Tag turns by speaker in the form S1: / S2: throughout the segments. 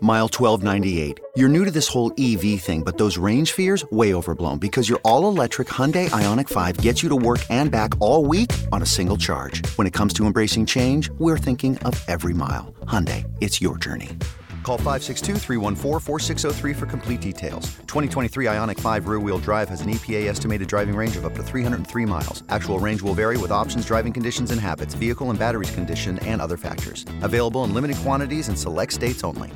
S1: Mile 1298. You're new to this whole EV thing, but those range fears, way overblown because your all electric Hyundai Ionic 5 gets you to work and back all week on a single charge. When it comes to embracing change, we're thinking of every mile. Hyundai, it's your journey. Call 562 314 4603 for complete details. 2023 Ionic 5 rear wheel drive has an EPA estimated driving range of up to 303 miles. Actual range will vary with options, driving conditions and habits, vehicle and batteries condition, and other factors. Available in limited quantities in select states only.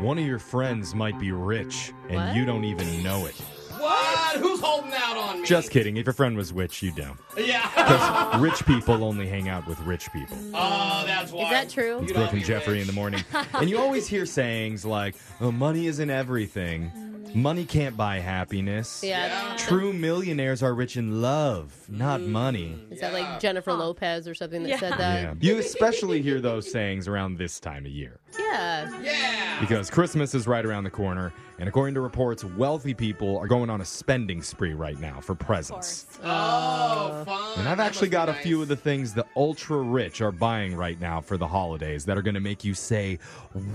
S2: One of your friends might be rich and
S3: What?
S2: you don't even know it.
S4: What? Who's holding out on me?
S2: Just kidding. If your friend was rich, you don't.
S4: Yeah.
S2: Because rich people only hang out with rich people.
S4: Oh, that's why.
S3: Is that true?
S2: It's
S4: You'd
S2: Brooke
S4: all
S2: and
S4: be
S2: Jeffrey in the morning. And you always hear sayings like, oh, money isn't everything. Money can't buy happiness.
S3: Yeah.
S2: True millionaires are rich in love, not money.
S3: Is that like Jennifer Lopez or something that said
S2: Yeah.
S3: that?
S2: You especially hear those sayings around this time of year
S3: Yeah.
S4: Yeah.
S2: because Christmas is right around the corner. And according to reports, wealthy people are going on a spending spree right now for presents.
S4: Oh,
S2: uh,
S4: fun.
S2: And I've
S4: That
S2: actually
S4: must
S2: got
S4: be
S2: a few of
S4: nice.
S2: the things the ultra rich are buying right now for the holidays that are going to make you say,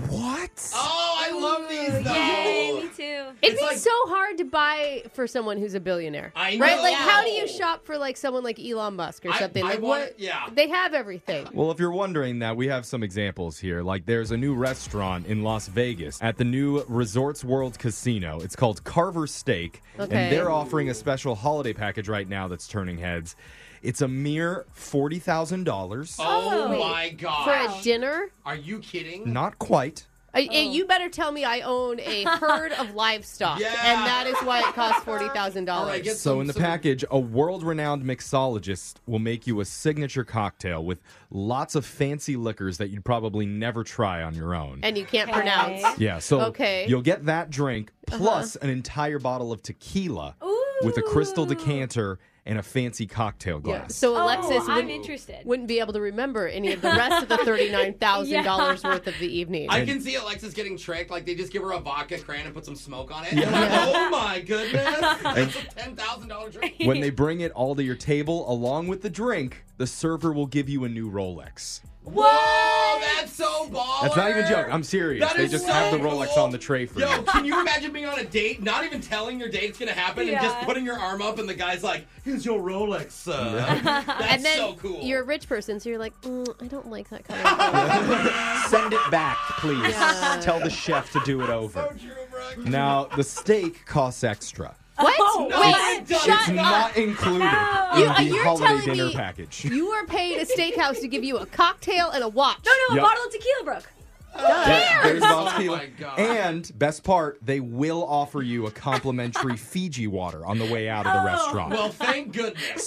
S2: What?
S4: Oh, I love these. Though.
S5: Yay, me too.
S3: It'd
S4: It's
S3: be
S4: like-
S3: so hard to buy for someone who's a billionaire.
S4: I
S3: Right?
S4: know.
S3: Like, how do you shop for like someone like Elon Musk or
S4: I-
S3: something?
S4: I
S3: like,
S4: want-
S3: what?
S4: yeah.
S3: They have everything.
S2: Well, if you're wondering that, we have some examples here. Like, there's a new restaurant in Las Vegas at the new Resorts World Casino. It's called Carver Steak,
S3: Okay.
S2: and they're offering a special holiday package right now that's turning heads. It's a mere forty thousand dollars.
S4: Oh,
S5: Oh.
S4: my gosh.
S3: For a dinner?
S4: Are you kidding?
S2: Not quite.
S3: I, I- you better tell me I own a herd of livestock,
S4: Oh. Yeah.
S3: and that is why it costs forty thousand
S4: All right,
S3: dollars.
S4: get
S2: So
S4: some-
S2: in the
S4: some-
S2: package, a world-renowned mixologist will make you a signature cocktail with lots of fancy liquors that you'd probably never try on your own.
S3: And you can't
S5: Okay.
S3: pronounce.
S2: Yeah, so
S3: Okay. Uh-huh.
S2: you'll get that drink plus an entire bottle of tequila with a crystal decanter and a fancy cocktail
S3: Yeah.
S2: glass.
S3: So Alexis
S5: oh, I'm
S3: wouldn't,
S5: interested.
S3: wouldn't be able to remember any of the rest of the thirty-nine thousand dollars worth of the evening.
S4: I can see Alexis getting tricked. Like they just give her a vodka cran and put some smoke on it. And like, oh my goodness! It's a ten thousand dollar drink.
S2: when they bring it all to your table along with the drink, the server will give you a new Rolex.
S4: Whoa, that's so baller.
S2: That's not even a joke. I'm serious.
S4: That
S2: they
S4: is
S2: just
S4: so
S2: have the Rolex
S4: cool.
S2: on the tray for
S4: Yo,
S2: you.
S4: can you imagine being on a date, not even telling your date it's gonna happen, and just
S5: Yeah.
S4: putting your arm up, and the guy's like, "Here's your Rolex, son." That's
S3: and then
S4: so cool.
S3: you're a rich person, so you're like, mm, I don't like that kind of. thing.
S2: Send it back, please.
S3: Yeah.
S2: Tell the chef to do it over.
S4: so true, Brooke.
S2: Now, the steak costs extra.
S3: What?
S4: Oh, Wait,
S3: Wait,
S4: it's
S3: shut
S2: it's
S3: up.
S2: not included
S3: You-
S2: in the
S3: you're
S2: holiday
S3: telling
S2: dinner
S3: me-
S2: package.
S3: You are paid a steakhouse to give you a cocktail and a watch.
S5: no, no,
S2: Yep.
S5: a bottle of tequila, Brooke.
S2: Yeah, there's Bob's
S4: Oh
S2: Tequila.
S4: my God.
S2: And best part, they will offer you a complimentary Fiji water on the way out
S3: Oh.
S2: of the restaurant.
S4: Well, thank goodness.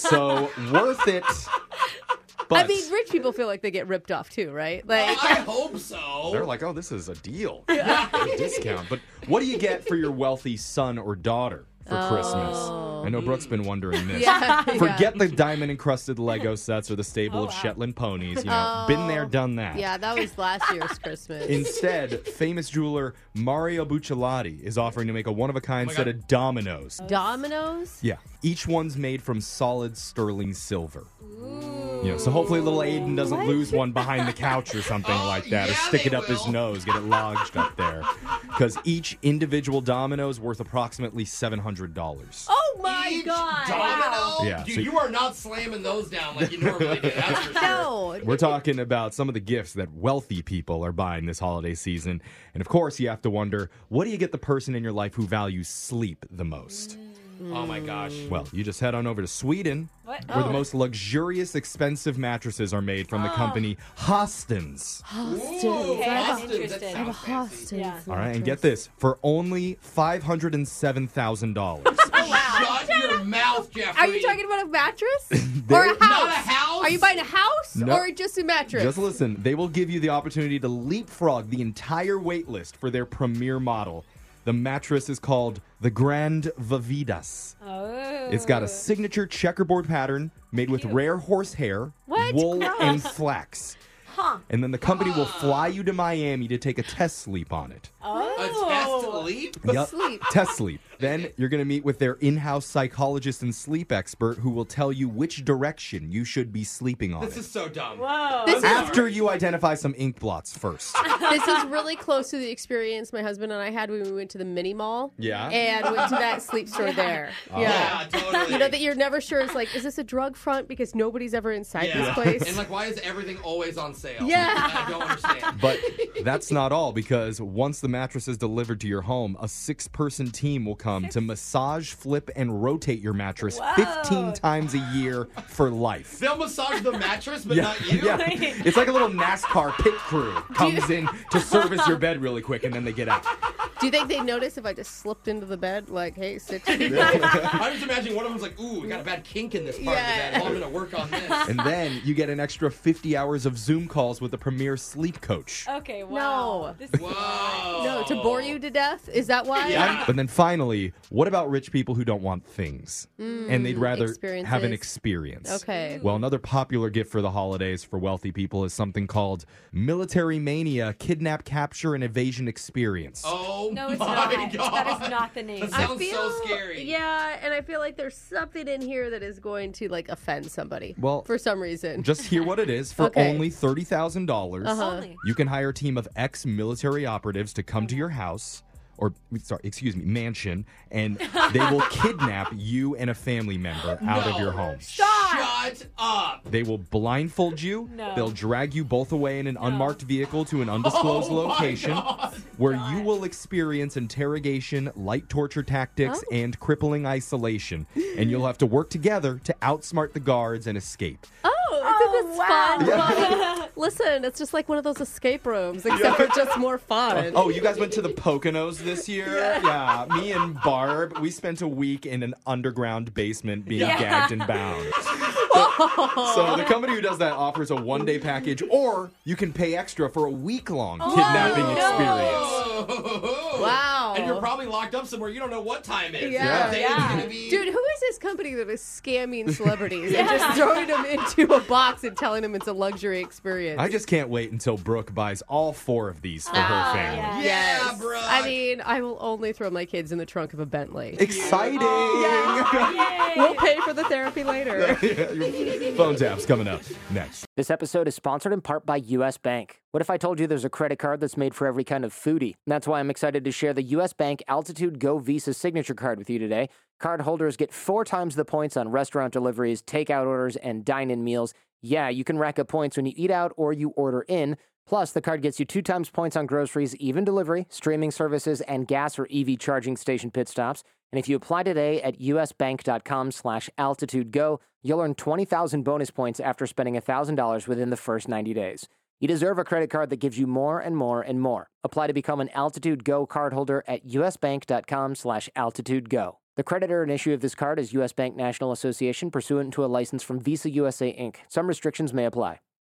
S2: so worth it. But
S3: I mean, rich people feel like they get ripped off too, right?
S4: I
S3: Like,
S4: hope so.
S2: they're like, oh, this is a deal,
S3: Oh
S2: a discount. But what do you get for your wealthy son or daughter for Christmas? I know Brooke's been wondering this.
S3: Oh. yeah, yeah.
S2: Forget the diamond encrusted Lego sets or the stable of Shetland ponies. You know, been there, done that.
S3: Oh. Yeah, that was last year's Christmas.
S2: Instead, famous jeweler Mario Bucciolati is offering to make a
S4: Oh
S2: one-of-a-kind set of dominoes.
S3: Dominoes?
S2: Yeah. Each one's made from solid sterling silver. You know, so hopefully little Aiden doesn't lose one behind the couch or something
S4: Oh,
S2: like that, or
S4: yeah,
S2: stick
S4: they
S2: it up his
S4: will.
S2: nose, get it lodged up there. Because each individual domino is worth approximately seven hundred dollars.
S5: Oh my
S4: Each
S5: god. Wow.
S4: Domino.
S2: Yeah,
S4: Dude,
S2: so-
S4: you are not slamming those down like you normally do. That's for sure.
S3: No.
S2: We're talking about some of the gifts that wealthy people are buying this holiday season. And of course, you have to wonder what do you get the person in your life who values sleep the most?
S4: Oh my gosh.
S2: Well, you just head on over to Sweden,
S5: What?
S2: where the most luxurious, expensive mattresses are made from the company Hostens.
S4: Ooh,
S5: Okay, I'm
S4: Austin, that
S5: interested. I'm
S4: sounds fancy.
S5: Yeah.
S2: All right, and get this for only five hundred and seven thousand dollars.
S4: Shut your mouth, Jeffrey.
S3: Oh, Are you talking about a mattress? or a house?
S4: Not a house?
S3: Are you buying a house
S2: No.
S3: or just a mattress?
S2: Just listen, they will give you the opportunity to leapfrog the entire wait list for their premier model. The mattress is called the Grand Vividas.
S5: Oh.
S2: It's got a signature checkerboard pattern made with rare horse hair,
S3: What?
S2: wool, and flax. And then the company will fly you to Miami to take a test sleep on it.
S4: A test sleep?
S2: Yep.
S3: Sleep.
S2: Test sleep. Then you're going to meet with their in house psychologist and sleep expert who will tell you which direction you should be sleeping on.
S4: This is so dumb.
S5: Whoa.
S3: This is
S2: After you identify some ink blots first.
S3: this is really close to the experience my husband and I had when we went to the mini mall.
S2: Yeah.
S3: And went to that sleep store there.
S4: Yeah,
S3: Yeah.
S4: totally.
S3: You know that you're never sure. It's like, is this a drug front? Because nobody's ever inside this place.
S4: And like, why is everything always on sale?
S3: Yeah.
S4: I don't understand.
S2: But that's not all because once the mattress is delivered to your home, a six person team will come to massage, flip, and rotate your mattress 15 times a year for life.
S4: They'll massage the mattress, but not you.
S2: yeah. It's like a little NASCAR pit crew comes in to service your bed really quick and then they get out.
S3: Do you think they notice if I just slipped into the bed? Like, hey, sit. down.
S4: I just imagine one of them's like, "Ooh, we got a bad kink in this part
S3: Yeah.
S4: of the bed. Well, I'm gonna work on this."
S2: And then you get an extra 50 hours of Zoom calls with a premier sleep coach.
S5: Okay, wow.
S3: No.
S5: This is
S4: Whoa.
S3: No, to bore you to death? Is that why?
S4: Yeah.
S2: But then finally, what about rich people who don't want things and they'd rather have an
S3: experiences.
S2: experience?
S3: Okay.
S2: Well, another popular gift for the holidays for wealthy people is something called Military Mania Kidnap, Capture, and Evasion Experience.
S4: Oh
S5: No, it's
S4: my
S5: not.
S4: god.
S5: That is not the name.
S4: That
S5: I
S4: sounds so scary.
S3: Yeah, and I feel like there's something in here that is going to like offend somebody.
S2: Well,
S3: for some reason.
S2: Just hear what it is for
S3: Okay.
S2: only $30,000. dollars
S5: Only.
S2: You can hire a team of ex military operatives to come to your house or sorry, excuse me, mansion, and they will kidnap you and a family member out of
S4: No.
S2: your home.
S4: Shut up.
S2: They will blindfold you.
S5: No.
S2: They'll drag you both away in an unmarked vehicle to an undisclosed
S4: Oh my
S2: location
S4: God.
S2: where you will experience interrogation, light torture tactics, and crippling isolation. And you'll have to work together to outsmart the guards and escape.
S3: Oh, I think that's fun. Bonnie. Listen, it's just like one of those escape rooms, except for just more fun.
S2: Oh, you guys went to the Poconos this year? Yeah. Me and Barb, we spent a week in an underground basement being gagged and bound.
S5: Oh.
S2: So the company who does that offers a one day package, or you can pay extra for a week long kidnapping
S5: Oh, no.
S2: experience.
S3: Wow.
S4: And you're probably locked up somewhere. You don't know what time it is.
S3: Yeah.
S4: What day
S5: Yeah.
S4: It's gonna be.
S3: Dude, who is this company that is scamming celebrities and just throwing them into a box and telling them it's a luxury experience?
S2: I just can't wait until Brooke buys all four of these for
S5: Ah,
S2: her family.
S5: yeah.
S4: Yeah, bro.
S3: I mean, I will only throw my kids in the trunk of a Bentley.
S2: Exciting!
S5: Yay.
S3: We'll pay for the therapy later.
S2: Phone taps coming up next.
S6: This episode is sponsored in part by US Bank. What if I told you there's a credit card that's made for every kind of foodie? And that's why I'm excited to share the US Bank Altitude Go Visa signature card with you today. Cardholders get four times the points on restaurant deliveries, takeout orders, and dine in meals. Yeah, you can rack up points when you eat out or you order in. Plus, the card gets you two times points on groceries, even delivery, streaming services, and gas or EV charging station pit stops. And if you apply today at usbank.com slash altitudego, you'll earn 20,000 bonus points after spending $1,000 within the first 90 days. You deserve a credit card that gives you more and more and more. Apply to become an Altitude Go cardholder at usbank.com slash altitudego. The creditor and issue of this card is U.S. Bank National Association pursuant to a license from Visa USA Inc. Some restrictions may apply.